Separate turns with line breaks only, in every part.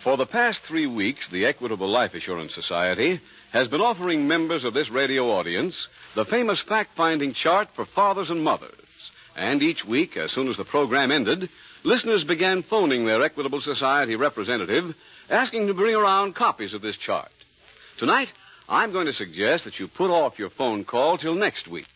For the past three weeks, the Equitable Life Assurance Society has been offering members of this radio audience the famous fact finding chart for fathers and mothers. And each week, as soon as the program ended, listeners began phoning their Equitable Society representative asking to bring around copies of this chart. Tonight, I'm going to suggest that you put off your phone call till next week.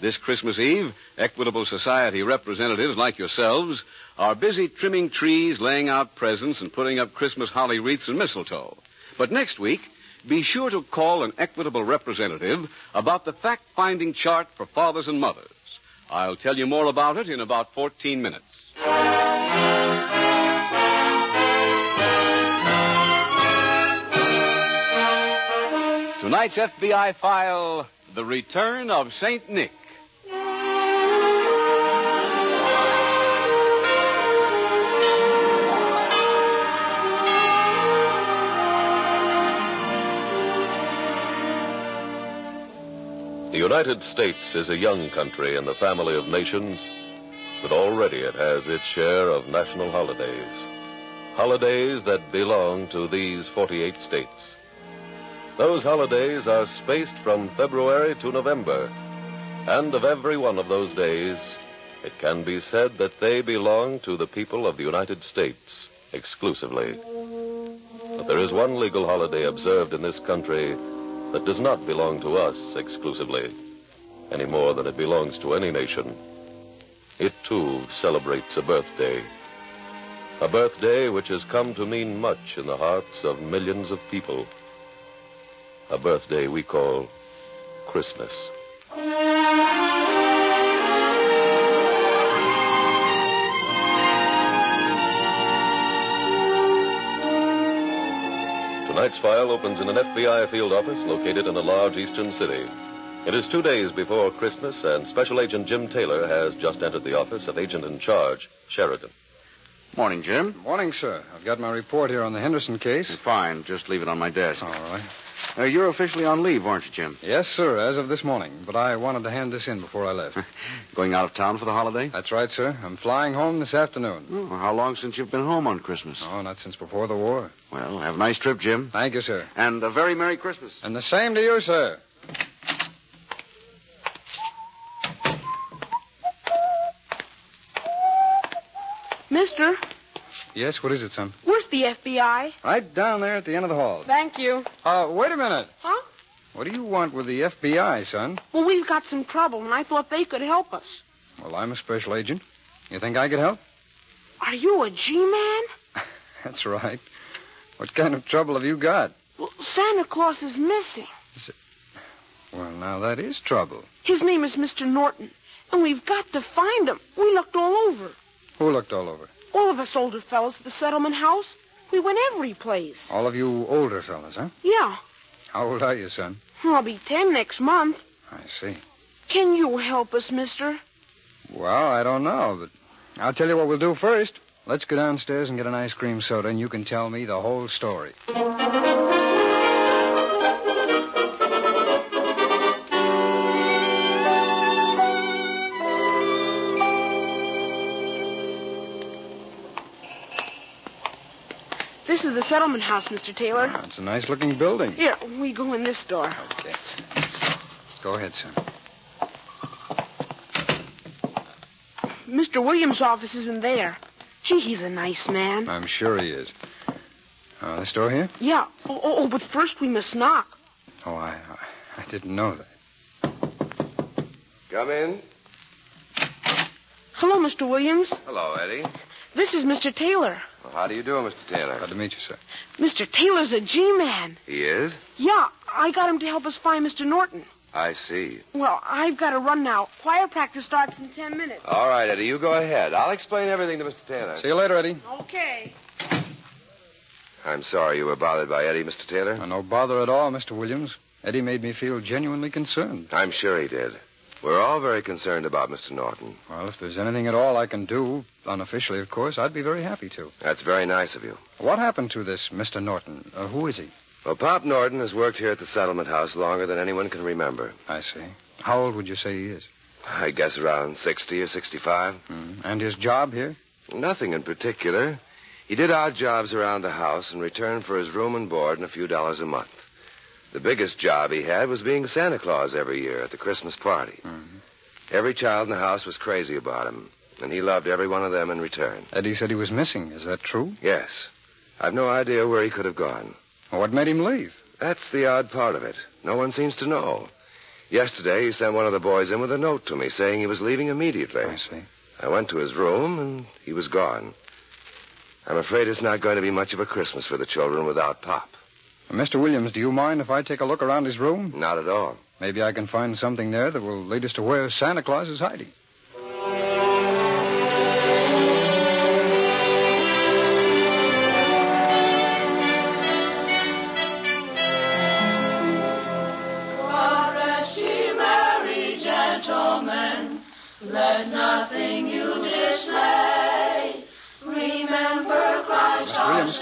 This Christmas Eve, Equitable Society representatives like yourselves are busy trimming trees, laying out presents, and putting up Christmas holly wreaths and mistletoe. But next week, be sure to call an Equitable representative about the fact finding chart for fathers and mothers. I'll tell you more about it in about 14 minutes. Tonight's FBI file The Return of St. Nick.
The United States is a young country in the family of nations, but already it has its share of national holidays. Holidays that belong to these 48 states. Those holidays are spaced from February to November, and of every one of those days, it can be said that they belong to the people of the United States exclusively. But there is one legal holiday observed in this country that does not belong to us exclusively, any more than it belongs to any nation. It, too, celebrates a birthday. A birthday which has come to mean much in the hearts of millions of people. A birthday we call Christmas. Tonight's file opens in an FBI field office located in a large eastern city. It is two days before Christmas, and Special Agent Jim Taylor has just entered the office of Agent in Charge, Sheridan.
Morning, Jim.
Morning, sir. I've got my report here on the Henderson case.
Fine. Just leave it on my desk.
All right.
Uh, you're officially on leave, aren't you, Jim?
Yes, sir, as of this morning. But I wanted to hand this in before I left.
Going out of town for the holiday?
That's right, sir. I'm flying home this afternoon.
Oh, how long since you've been home on Christmas?
Oh, not since before the war.
Well, have a nice trip, Jim.
Thank you, sir.
And a very Merry Christmas.
And the same to you, sir.
Mister,
Yes, what is it, son?
where's the FBI?
Right down there at the end of the hall.
Thank you.
Uh, wait a minute.
Huh?
What do you want with the FBI, son?
Well, we've got some trouble, and I thought they could help us.
Well, I'm a special agent. You think I could help?
Are you a G-man?
That's right. What kind of trouble have you got?
Well, Santa Claus is missing.
Well, now that is trouble.
His name is Mr. Norton, and we've got to find him. We looked all over.
Who looked all over?
All of us older fellows at the settlement house. We went every place.
All of you older fellas, huh?
Yeah.
How old are you, son?
I'll be ten next month.
I see.
Can you help us, mister?
Well, I don't know, but I'll tell you what we'll do first. Let's go downstairs and get an ice cream soda, and you can tell me the whole story.
This is the settlement house, Mr. Taylor.
It's a nice looking building.
Here, we go in this door.
Okay. Go ahead, son.
Mr. Williams' office isn't there. Gee, he's a nice man.
I'm sure he is. Uh, this door here?
Yeah. Oh, oh, oh, but first we must knock.
Oh, I, I, I didn't know that.
Come in.
Hello, Mr. Williams.
Hello, Eddie.
This is Mr. Taylor.
Well, how do you do, Mr. Taylor?
Glad to meet you, sir.
Mr. Taylor's a G-man.
He is?
Yeah, I got him to help us find Mr. Norton.
I see.
Well, I've got to run now. Choir practice starts in ten minutes.
All right, Eddie, you go ahead. I'll explain everything to Mr. Taylor.
See you later, Eddie.
Okay.
I'm sorry you were bothered by Eddie, Mr. Taylor.
Oh, no bother at all, Mr. Williams. Eddie made me feel genuinely concerned.
I'm sure he did. We're all very concerned about Mr. Norton.
Well, if there's anything at all I can do, unofficially, of course, I'd be very happy to.
That's very nice of you.
What happened to this Mr. Norton? Uh, who is he?
Well, Pop Norton has worked here at the settlement house longer than anyone can remember.
I see. How old would you say he is?
I guess around 60 or 65.
Hmm. And his job here?
Nothing in particular. He did odd jobs around the house in return for his room and board and a few dollars a month. The biggest job he had was being Santa Claus every year at the Christmas party. Every child in the house was crazy about him, and he loved every one of them in return.
Eddie said he was missing. Is that true?
Yes. I've no idea where he could have gone.
What made him leave?
That's the odd part of it. No one seems to know. Yesterday, he sent one of the boys in with a note to me saying he was leaving immediately.
I see.
I went to his room, and he was gone. I'm afraid it's not going to be much of a Christmas for the children without Pop.
Mr. Williams, do you mind if I take a look around his room?
Not at all.
Maybe I can find something there that will lead us to where Santa Claus is hiding. Mr. Williams.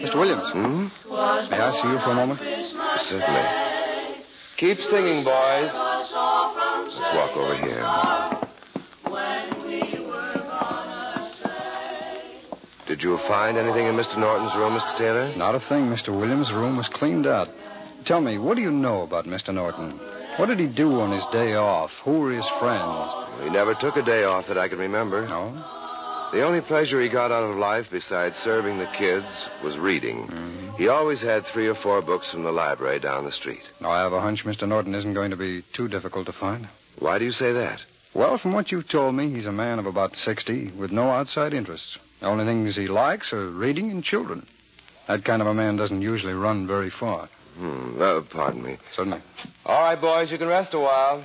Mr. Williams.
Hmm?
May I see you for a moment?
Certainly. Keep singing, boys. Let's walk over here. Did you find anything in Mr. Norton's room, Mr. Taylor?
Not a thing, Mr. Williams. The room was cleaned out. Tell me, what do you know about Mr. Norton? What did he do on his day off? Who were his friends?
He never took a day off that I can remember.
No?
The only pleasure he got out of life, besides serving the kids, was reading. He always had three or four books from the library down the street.
No, I have a hunch Mr. Norton isn't going to be too difficult to find.
Why do you say that?
Well, from what you've told me, he's a man of about 60 with no outside interests. The only things he likes are reading and children. That kind of a man doesn't usually run very far.
Hmm, uh, pardon me.
Certainly.
All right, boys, you can rest a while.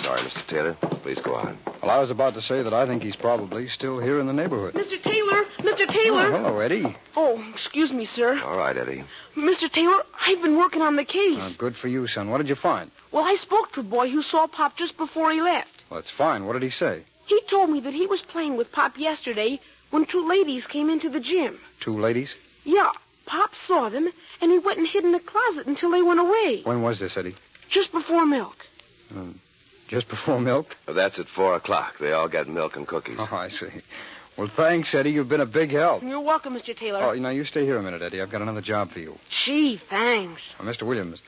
Sorry, Mr. Taylor. Please go on.
Well, I was about to say that I think he's probably still here in the neighborhood.
Mr. Taylor, Mr.
Oh,
Taylor.
hello, Eddie.
Oh, excuse me, sir.
All right, Eddie.
Mr. Taylor, I've been working on the case.
Now, Uh, good for you, son. What did you find?
Well, I spoke to a boy who saw Pop just before he left.
Well, it's fine. What did he say?
He told me that he was playing with Pop yesterday when two ladies came into the gym.
Two ladies?
Yeah, Pop saw them, and he went and hid in a closet until they went away,
When was this, Eddie? Um,
just before milk.
Just before milk?
Well, that's at four o'clock. They all get milk and cookies.
Oh, I see. Well, thanks, Eddie. You've been a big help.
You're welcome, Mr. Taylor.
Oh, now you stay here a minute, Eddie. I've got another job for you.
Gee, thanks.
Uh, Mr. Williams,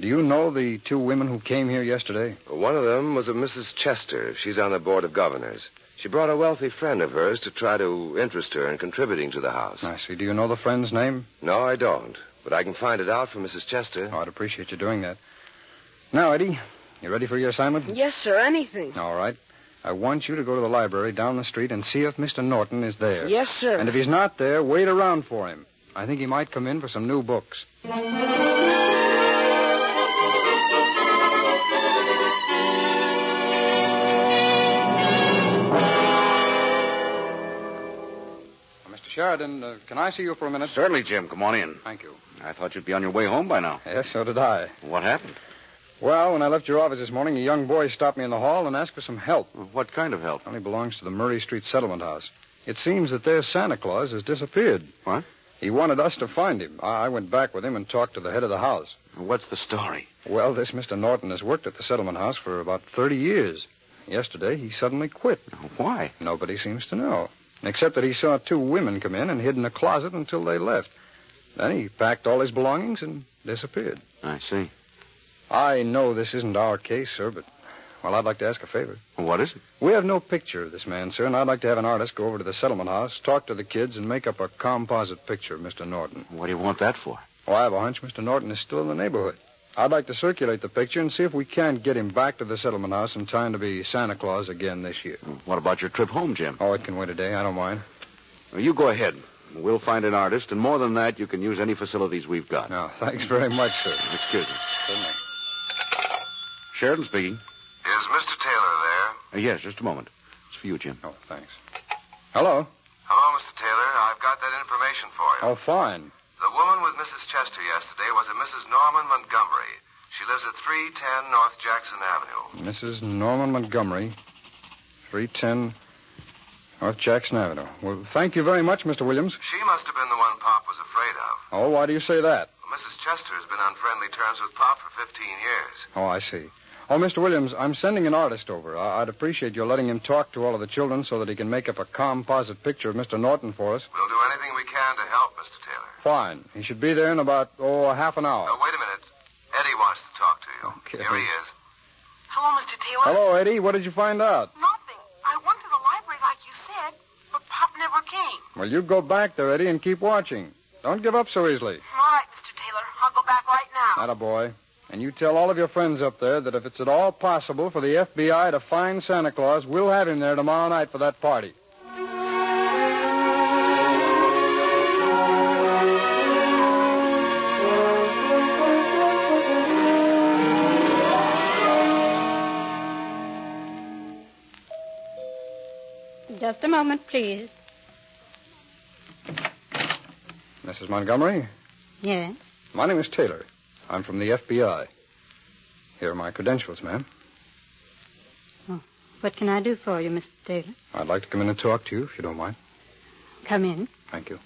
do you know the two women who came here yesterday?
One of them was a Mrs. Chester. She's on the board of governors. She brought a wealthy friend of hers to try to interest her in contributing to the house.
I see. Do you know the friend's name?
No, I don't. But I can find it out from Mrs. Chester.
Oh, I'd appreciate you doing that. Now, Eddie, you ready for your assignment?
Yes, sir, anything.
All right. I want you to go to the library down the street and see if Mr. Norton is there.
Yes, sir.
And if he's not there, wait around for him. I think he might come in for some new books. Mr. Sheridan, uh, can I see you for a minute?
Certainly, Jim. Come on in.
Thank you.
I thought you'd be on your way home by now.
Yes, so did I.
What happened?
Well, when I left your office this morning, a young boy stopped me in the hall and asked for some help.
What kind of help?
Only belongs to the Murray Street Settlement House. It seems that their Santa Claus has disappeared.
What?
He wanted us to find him. I I went back with him and talked to the head of the house.
What's the story?
Well, this Mr. Norton has worked at the settlement house for about 30 years. Yesterday, he suddenly quit.
Why?
Nobody seems to know, except that he saw two women come in and hid in a closet until they left. Then he packed all his belongings and disappeared.
I see.
I know this isn't our case, sir, but Well, I'd like to ask a favor.
What is it?
We have no picture of this man, sir, and I'd like to have an artist go over to the settlement house, talk to the kids, and make up a composite picture of Mr. Norton.
What do you want that for?
Well, I have a hunch Mr. Norton is still in the neighborhood. I'd like to circulate the picture and see if we can't get him back to the settlement house in time to be Santa Claus again this year.
What about your trip home, Jim?
Oh, it can wait a day. I don't mind.
Well, You go ahead. We'll find an artist, and more than that, you can use any facilities we've got.
No, thanks very much, sir.
Excuse me. Sheridan speaking.
Is Mr. Taylor there?
Uh, yes, just a moment. It's for you, Jim.
Oh, thanks. Hello.
Hello, Mr. Taylor. I've got that information for you.
Oh, fine.
The woman with Mrs. Chester yesterday was a Mrs. Norman Montgomery. She lives at 310 North Jackson Avenue.
Mrs. Norman Montgomery, 310 North Jackson Avenue. Well, thank you very much, Mr. Williams.
She must have been the one Pop was afraid of.
Oh, why do you say that?
Mrs. Chester has been on friendly terms with Pop for 15 years.
Oh, I see. Oh, Mr. Williams, I'm sending an artist over. I- I'd appreciate your letting him talk to all of the children so that he can make up a composite picture of Mr. Norton for us.
We'll do anything we can to help, Mr. Taylor.
Fine. He should be there in about, oh, half an hour.
Uh, wait a minute. Eddie wants to talk to you.
Okay.
Here he is.
Hello, Mr. Taylor.
Hello, Eddie. What did you find out?
Nothing. I went to the library like you said, but Pop never came.
Well, you go back there, Eddie, and keep watching. Don't give up so easily.
All right, Mr. Taylor. I'll go back right now.
Not a boy. And you tell all of your friends up there that if it's at all possible for the FBI to find Santa Claus, we'll have him there tomorrow night for that party.
Just a moment, please.
Mrs. Montgomery,
Yes.
my name is Taylor. I'm from the FBI. Here are my credentials, ma'am.
What can I do for you, Mr. Taylor?
I'd like to come in and talk to you, if you don't mind.
Come in.
Thank you.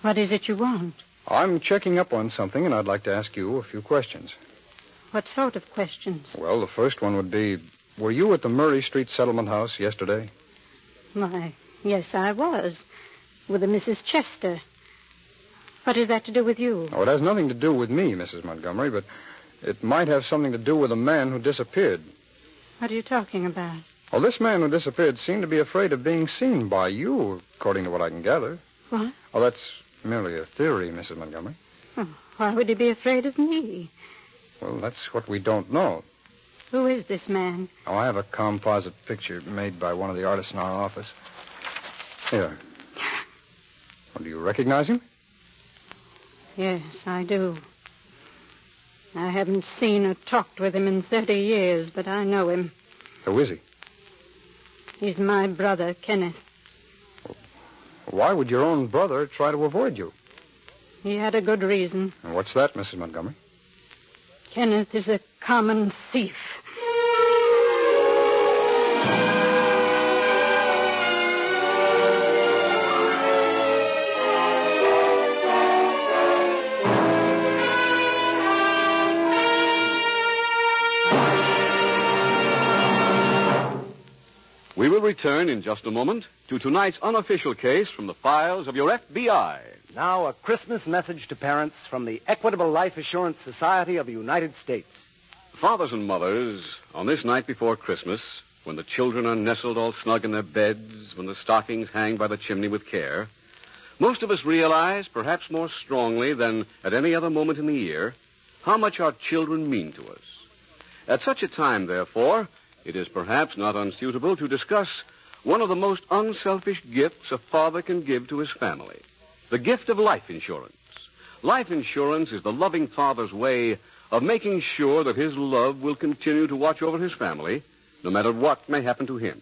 What is it you want?
I'm checking up on something, and I'd like to ask you a few questions.
What sort of questions?
Well, the first one would be Were you at the Murray Street settlement house yesterday?
Why, yes, I was. With a Mrs. Chester. What is that to do with you?
Oh, it has nothing to do with me, Mrs. Montgomery, but it might have something to do with a man who disappeared.
What are you talking about?
Well, this man who disappeared seemed to be afraid of being seen by you, according to what I can gather.
What?
Oh, that's merely a theory, Mrs. Montgomery.
Why would he be afraid of me?
Well, that's what we don't know.
Who is this man?
Oh, I have a composite picture made by one of the artists in our office. Here. Well, do you recognize him?
Yes, I do. I haven't seen or talked with him in 30 years, but I know him.
Who is he?
He's my brother, Kenneth.
Why would your own brother try to avoid you?
He had a good reason.
And what's that, Mrs. Montgomery?
Kenneth is a common thief.
We will return in just a moment to tonight's unofficial case from the files of your FBI.
Now, a Christmas message to parents from the Equitable Life Assurance Society of the United States.
Fathers and mothers, on this night before Christmas, when the children are nestled all snug in their beds, when the stockings hang by the chimney with care, most of us realize, perhaps more strongly than at any other moment in the year, how much our children mean to us. At such a time, therefore, it is perhaps not unsuitable to discuss one of the most unselfish gifts a father can give to his family the gift of life insurance. Life insurance is the loving father's way of making sure that his love will continue to watch over his family, no matter what may happen to him.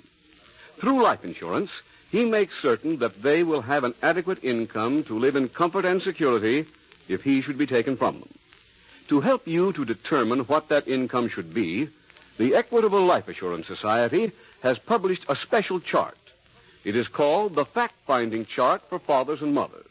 Through life insurance, he makes certain that they will have an adequate income to live in comfort and security if he should be taken from them. To help you to determine what that income should be, the Equitable Life Assurance Society has published a special chart. It is called the Fact Finding Chart for Fathers and Mothers.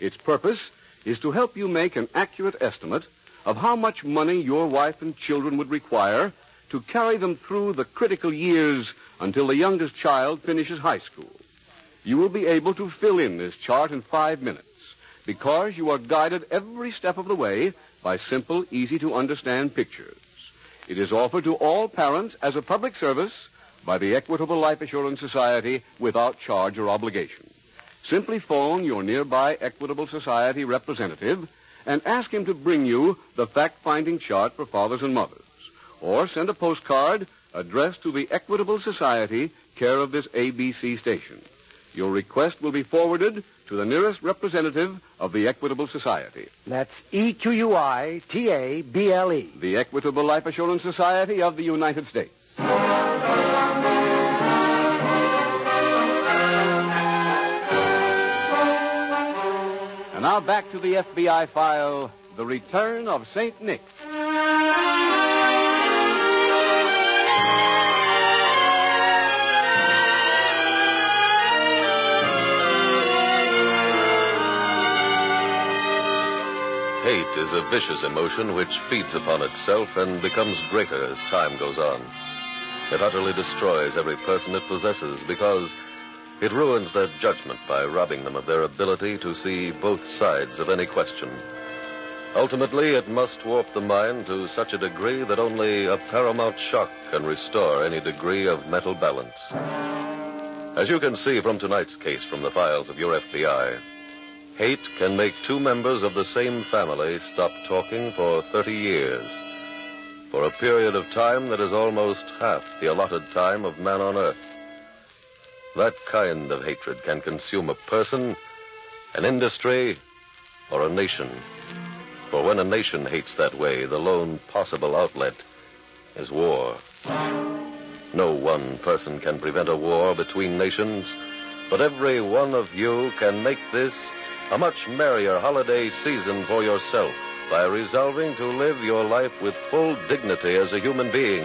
Its purpose is to help you make an accurate estimate of how much money your wife and children would require to carry them through the critical years until the youngest child finishes high school. You will be able to fill in this chart in five minutes because you are guided every step of the way by simple, easy to understand pictures. It is offered to all parents as a public service by the Equitable Life Assurance Society without charge or obligation. Simply phone your nearby Equitable Society representative and ask him to bring you the fact finding chart for fathers and mothers. Or send a postcard addressed to the Equitable Society, care of this ABC station. Your request will be forwarded to the nearest representative of the Equitable Society.
That's E Q U I T A B L E.
The Equitable Life Assurance Society of the United States. And now back to the FBI file The Return of St. Nick.
Hate is a vicious emotion which feeds upon itself and becomes greater as time goes on. It utterly destroys every person it possesses because it ruins their judgment by robbing them of their ability to see both sides of any question. Ultimately, it must warp the mind to such a degree that only a paramount shock can restore any degree of mental balance. As you can see from tonight's case from the files of your FBI, Hate can make two members of the same family stop talking for 30 years, for a period of time that is almost half the allotted time of man on earth. That kind of hatred can consume a person, an industry, or a nation. For when a nation hates that way, the lone possible outlet is war. No one person can prevent a war between nations, but every one of you can make this a much merrier holiday season for yourself by resolving to live your life with full dignity as a human being.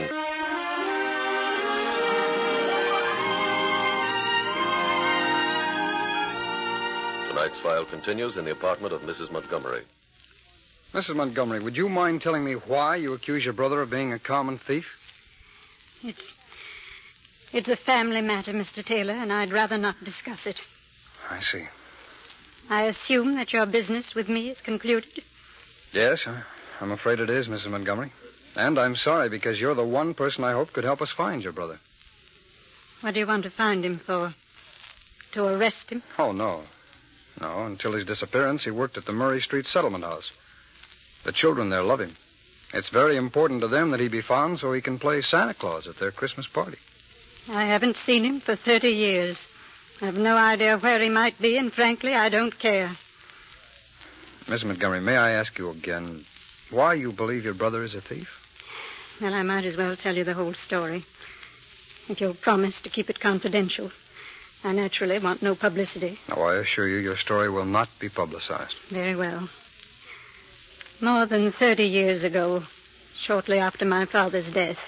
Tonight's file continues in the apartment of Mrs. Montgomery.
Mrs. Montgomery, would you mind telling me why you accuse your brother of being a common thief?
It's. It's a family matter, Mr. Taylor, and I'd rather not discuss it.
I see.
I assume that your business with me is concluded.
Yes, I, I'm afraid it is, Mrs. Montgomery. And I'm sorry because you're the one person I hope could help us find your brother.
What do you want to find him for? To arrest him?
Oh, no. No, until his disappearance, he worked at the Murray Street Settlement House. The children there love him. It's very important to them that he be found so he can play Santa Claus at their Christmas party.
I haven't seen him for 30 years. I've no idea where he might be, and frankly, I don't care.
Mrs. Montgomery, may I ask you again why you believe your brother is a thief?
Well, I might as well tell you the whole story. If you'll promise to keep it confidential. I naturally want no publicity.
Now, I assure you, your story will not be publicized.
Very well. More than 30 years ago, shortly after my father's death,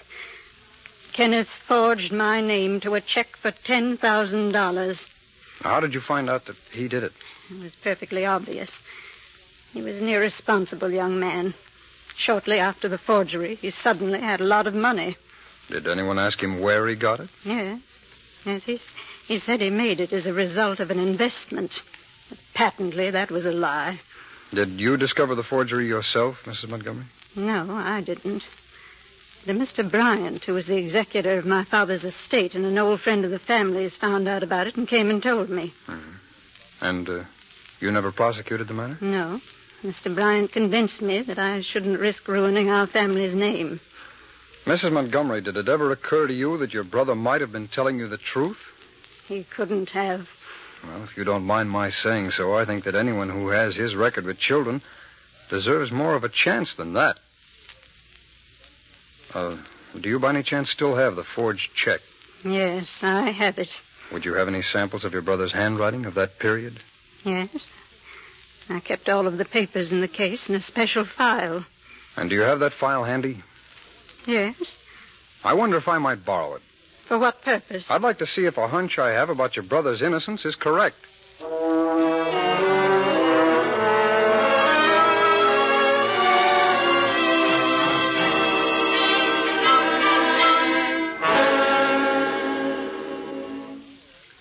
Kenneth forged my name to a check for $10,000.
Now, How did you find out that he did it?
It was perfectly obvious. He was an irresponsible young man. Shortly after the forgery, he suddenly had a lot of money.
Did anyone ask him where he got it?
Yes. Yes, he, s- he said he made it as a result of an investment. Patently, that was a lie.
Did you discover the forgery yourself, Mrs. Montgomery?
No, I didn't. The Mr. Bryant, who was the executor of my father's estate and an old friend of the family's, found out about it and came and told me.
And uh, you never prosecuted the matter?
No. Mr. Bryant convinced me that I shouldn't risk ruining our family's name.
Mrs. Montgomery, did it ever occur to you that your brother might have been telling you the truth?
He couldn't have.
Well, if you don't mind my saying so, I think that anyone who has his record with children deserves more of a chance than that. Uh, do you by any chance still have the forged check?
Yes, I have it.
Would you have any samples of your brother's handwriting of that period?
Yes. I kept all of the papers in the case in a special file.
And do you have that file handy?
Yes.
I wonder if I might borrow it.
For what purpose?
I'd like to see if a hunch I have about your brother's innocence is correct.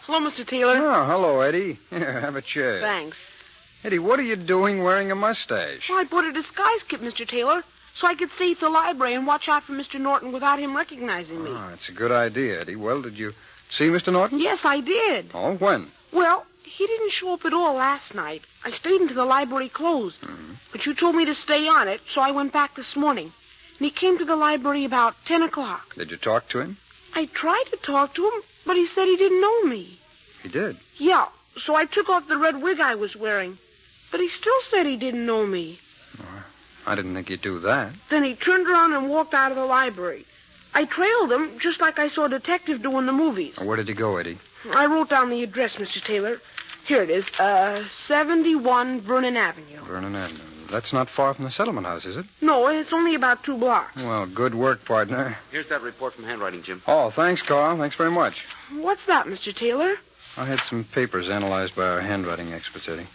Hello, Mr. Taylor.
Oh, hello, Eddie. Here, have a chair.
Thanks.
Eddie, what are you doing wearing a mustache?
Well, I bought a disguise kit, Mr. Taylor. so I could stay at the library and watch out for Mr. Norton without him recognizing me.
Oh, it's a good idea, Eddie. Well, did you see Mr. Norton?
Yes, I did.
Oh, when?
Well, he didn't show up at all last night. I stayed until the library closed.
Mm-hmm.
But you told me to stay on it, so I went back this morning. And he came to the library about 10 o'clock.
Did you talk to him?
I tried to talk to him, but he said he didn't know me.
He did.
Yeah, so I took off the red wig I was wearing. But he still said he didn't know me.
I didn't think he'd do that.
Then he turned around and walked out of the library. I trailed him, just like I saw a detective do in the movies.
Where did he go, Eddie?
I wrote down the address, Mr. Taylor. Here it is, uh, 71 Vernon Avenue.
Vernon Avenue. That's not far from the settlement house, is it?
No, it's only about two blocks.
Well, good work, partner.
Here's that report from handwriting, Jim.
Oh, thanks, Carl. Thanks very much.
What's that, Mr. Taylor?
I had some papers analyzed by our handwriting experts, Eddie.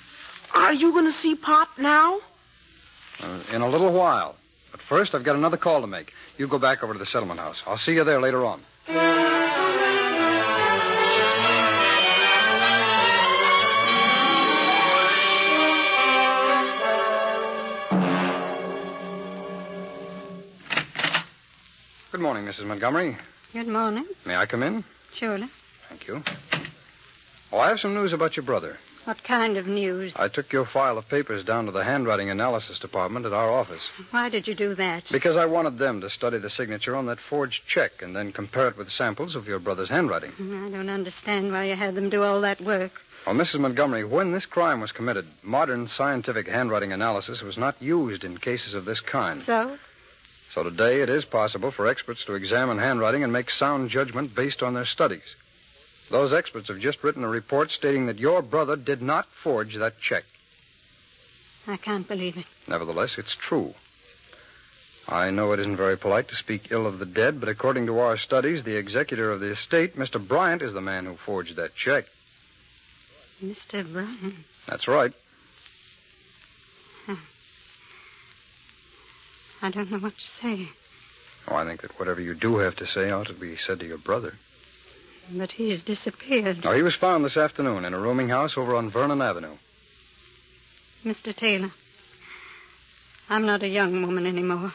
Are you going to see Pop now?
Uh, in a little while. But first, I've got another call to make. You go back over to the settlement house. I'll see you there later on. Good morning, Mrs. Montgomery.
Good morning,
May I come in?
surely.
Thank you. Oh, I have some news about your brother.
What kind of news?
I took your file of papers down to the handwriting analysis department at our office
Why did you do that?
because I wanted them to study the signature on that forged check and then compare it with samples of your brother's handwriting.
I don't understand why you had them do all that work.
Well, Mrs. Montgomery, when this crime was committed, modern scientific handwriting analysis was not used in cases of this kind.
So?
So today it is possible for experts to examine handwriting and make sound judgment based on their studies. Those experts have just written a report stating that your brother did not forge that check.
I can't believe it.
Nevertheless, it's true. I know it isn't very polite to speak ill of the dead, but according to our studies, the executor of the estate, Mr. Bryant, is the man who forged that check.
Mr. Bryan.
That's right.
I don't know what to say.
Oh, I think that whatever you do have to say ought to be said to your brother.
But he's disappeared.
Now, he was found this afternoon in a rooming house over on Vernon Avenue.
Mr. Taylor, I'm not a young woman anymore.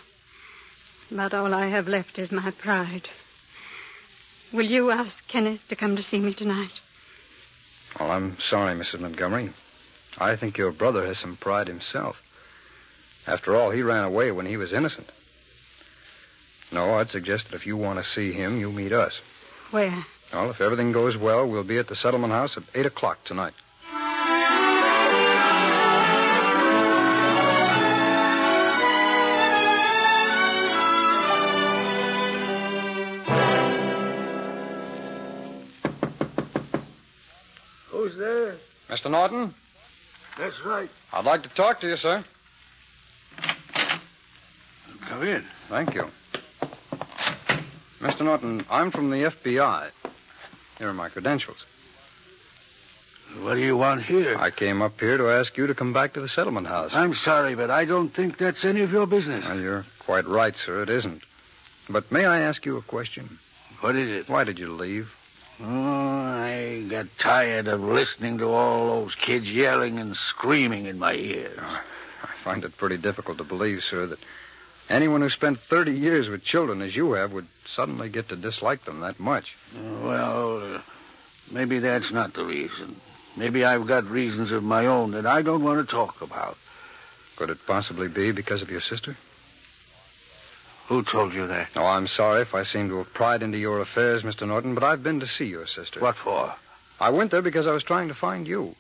About all I have left is my pride. Will you ask Kenneth to come to see me tonight?
Well, I'm sorry, Mrs. Montgomery. I think your brother has some pride himself. After all, he ran away when he was innocent. No, I'd suggest that if you want to see him, you meet us.
Where?
Well, if everything goes well, we'll be at the settlement house at 8 o'clock tonight.
Who's there?
Mr. Norton,
That's right.
I'd like to talk to you, sir.
Come in.
Thank you. Mr. Norton, I'm from the FBI. Here are my credentials.
What do you want here?
I came up here to ask you to come back to the settlement house.
I'm sorry, but I don't think that's any of your business.
Well, you're quite right, sir. It isn't. But may I ask you a question?
What is it?
Why did you leave?
Oh, I got tired of listening to all those kids yelling and screaming in my ears.
I find it pretty difficult to believe, sir, that anyone who spent 30 years with children as you have would suddenly get to dislike them that much.
Well, uh, maybe that's not the reason. Maybe I've got reasons of my own that I don't want to talk about.
Could it possibly be because of your sister?
Who told you that?
Oh, I'm sorry if I seem to have pried into your affairs, Mr. Norton, but I've been to see your sister.
What for?
I went there because I was trying to find you.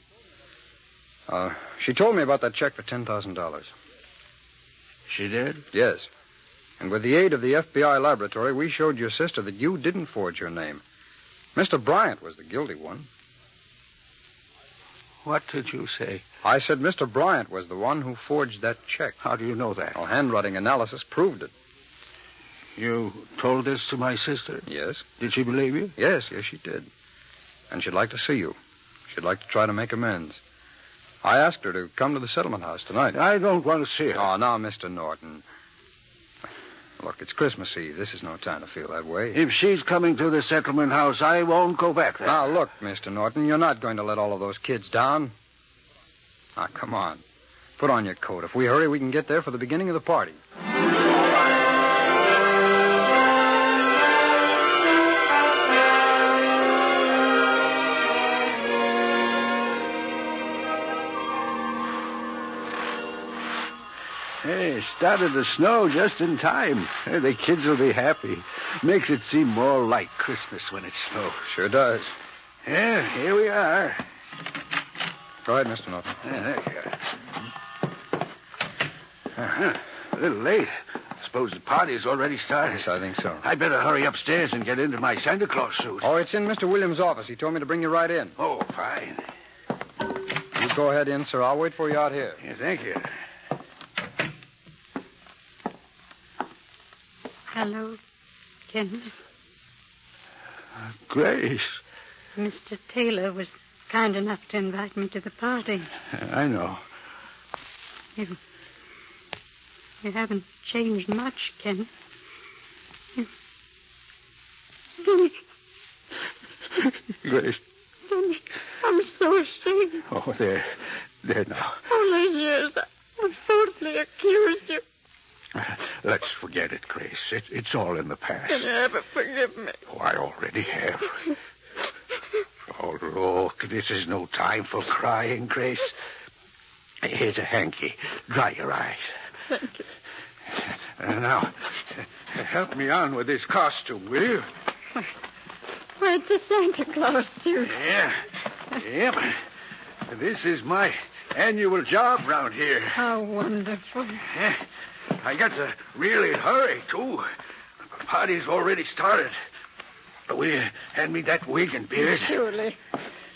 Uh, she told me about that check for $10,000.
She did?
Yes. And with the aid of the FBI laboratory, we showed your sister that you didn't forge your name. Mr. Bryant was the guilty one.
What did you say?
I said Mr. Bryant was the one who forged that check.
How do you know that?
Well, handwriting analysis proved it.
You told this to my sister?
Yes.
Did she believe you?
Yes, yes, she did. And she'd like to see you. She'd like to try to make amends. I asked her to come to the settlement house tonight.
I don't want to see her.
Oh, now, Mr. Norton. Look, it's Christmas Eve. This is no time to feel that way.
If she's coming to the settlement house, I won't go back there.
Now, look, Mr. Norton, you're not going to let all of those kids down. Now, come on. Put on your coat. If we hurry, we can get there for the beginning of the party. Hey, started to snow just in time. Hey, the kids will be happy. Makes it seem more like Christmas when it snows.
Sure does.
Yeah, here we are.
Go ahead, Mr. Norton.
Yeah, there you are. Uh-huh. A little late. Suppose the party's already started.
Yes, I think so.
I better hurry upstairs and get into my Santa Claus suit.
Oh, it's in Mr. Williams' office. He told me to bring you right in.
Oh, fine.
You go ahead in, sir. I'll wait for you out here.
Yeah, thank you.
Hello, Kenneth.
Grace.
Mr. Taylor was kind enough to invite me to the party.
I know.
You. You haven't changed much, Kenneth. You. Kenneth,
Grace.
Kenneth, I'm so ashamed.
Oh, there. There now.
All those years I, I falsely accused you.
Let's forget it, Grace. It, it's all in the past.
Can you ever forgive me?
Oh, I already have. Oh, look, this is no time for crying, Grace. Here's a hanky. Dry your eyes.
Thank you.
Uh, now, uh, help me on with this costume, will you?
Why, it's a Santa Claus suit.
Yeah. Yep. This is my annual job round here.
How wonderful.
Yeah. Eh? I got to really hurry, too. The party's already started. Will you hand me that wig and beard?
Surely.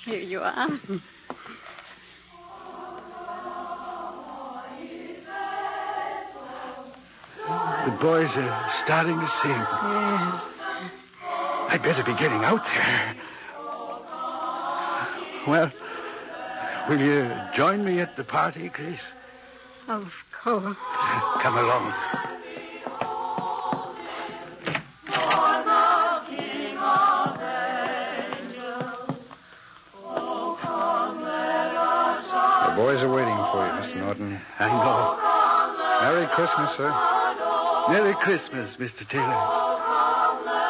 Here you are.
The boys are starting to sing.
Yes.
I'd better be getting out there. Well, will you join me at the party, Grace?
Of course.
Come along.
The boys are waiting for you, Mr. Norton.
I know.
Merry Christmas, sir.
Merry Christmas, Mr. Taylor.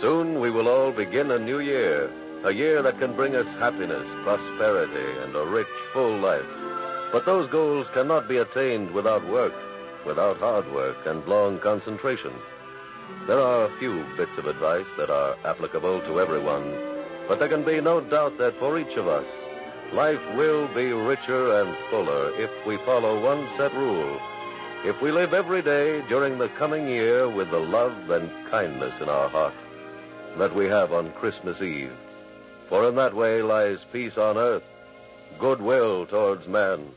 Soon we will all begin a new year, a year that can bring us happiness, prosperity, and a rich, full life. But those goals cannot be attained without work, without hard work, and long concentration. There are a few bits of advice that are applicable to everyone, but there can be no doubt that for each of us, life will be richer and fuller if we follow one set rule. If we live every day during the coming year with the love and kindness in our heart that we have on Christmas Eve. For in that way lies peace on earth, goodwill towards man.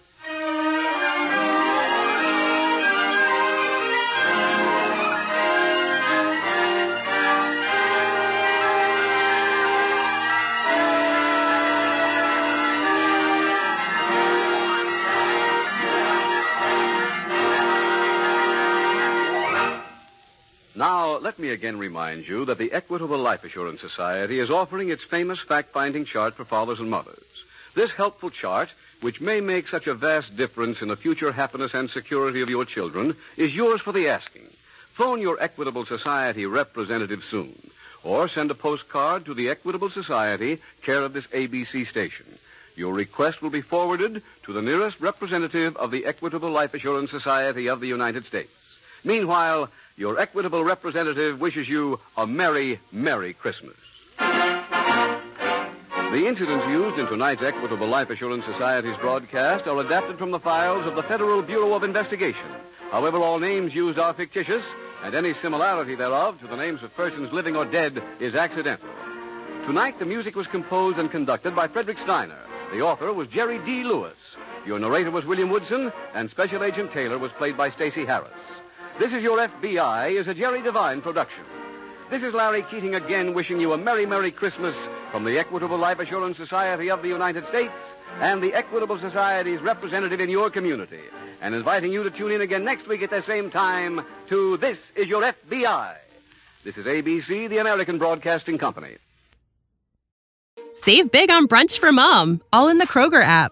Now, let me again remind you that the Equitable Life Assurance Society is offering its famous fact finding chart for fathers and mothers. This helpful chart, which may make such a vast difference in the future happiness and security of your children, is yours for the asking. Phone your Equitable Society representative soon, or send a postcard to the Equitable Society, care of this ABC station. Your request will be forwarded to the nearest representative of the Equitable Life Assurance Society of the United States. Meanwhile, your equitable representative wishes you a merry, merry Christmas. The incidents used in tonight's Equitable Life Assurance Society's broadcast are adapted from the files of the Federal Bureau of Investigation. However, all names used are fictitious, and any similarity thereof to the names of persons living or dead is accidental. Tonight, the music was composed and conducted by Frederick Steiner. The author was Jerry D. Lewis. Your narrator was William Woodson, and Special Agent Taylor was played by Stacey Harris. This is Your FBI is a Jerry Devine production. This is Larry Keating again wishing you a Merry, Merry Christmas from the Equitable Life Assurance Society of the United States and the Equitable Society's representative in your community, and inviting you to tune in again next week at the same time to This is Your FBI. This is ABC, the American Broadcasting Company.
Save big on brunch for mom, all in the Kroger app.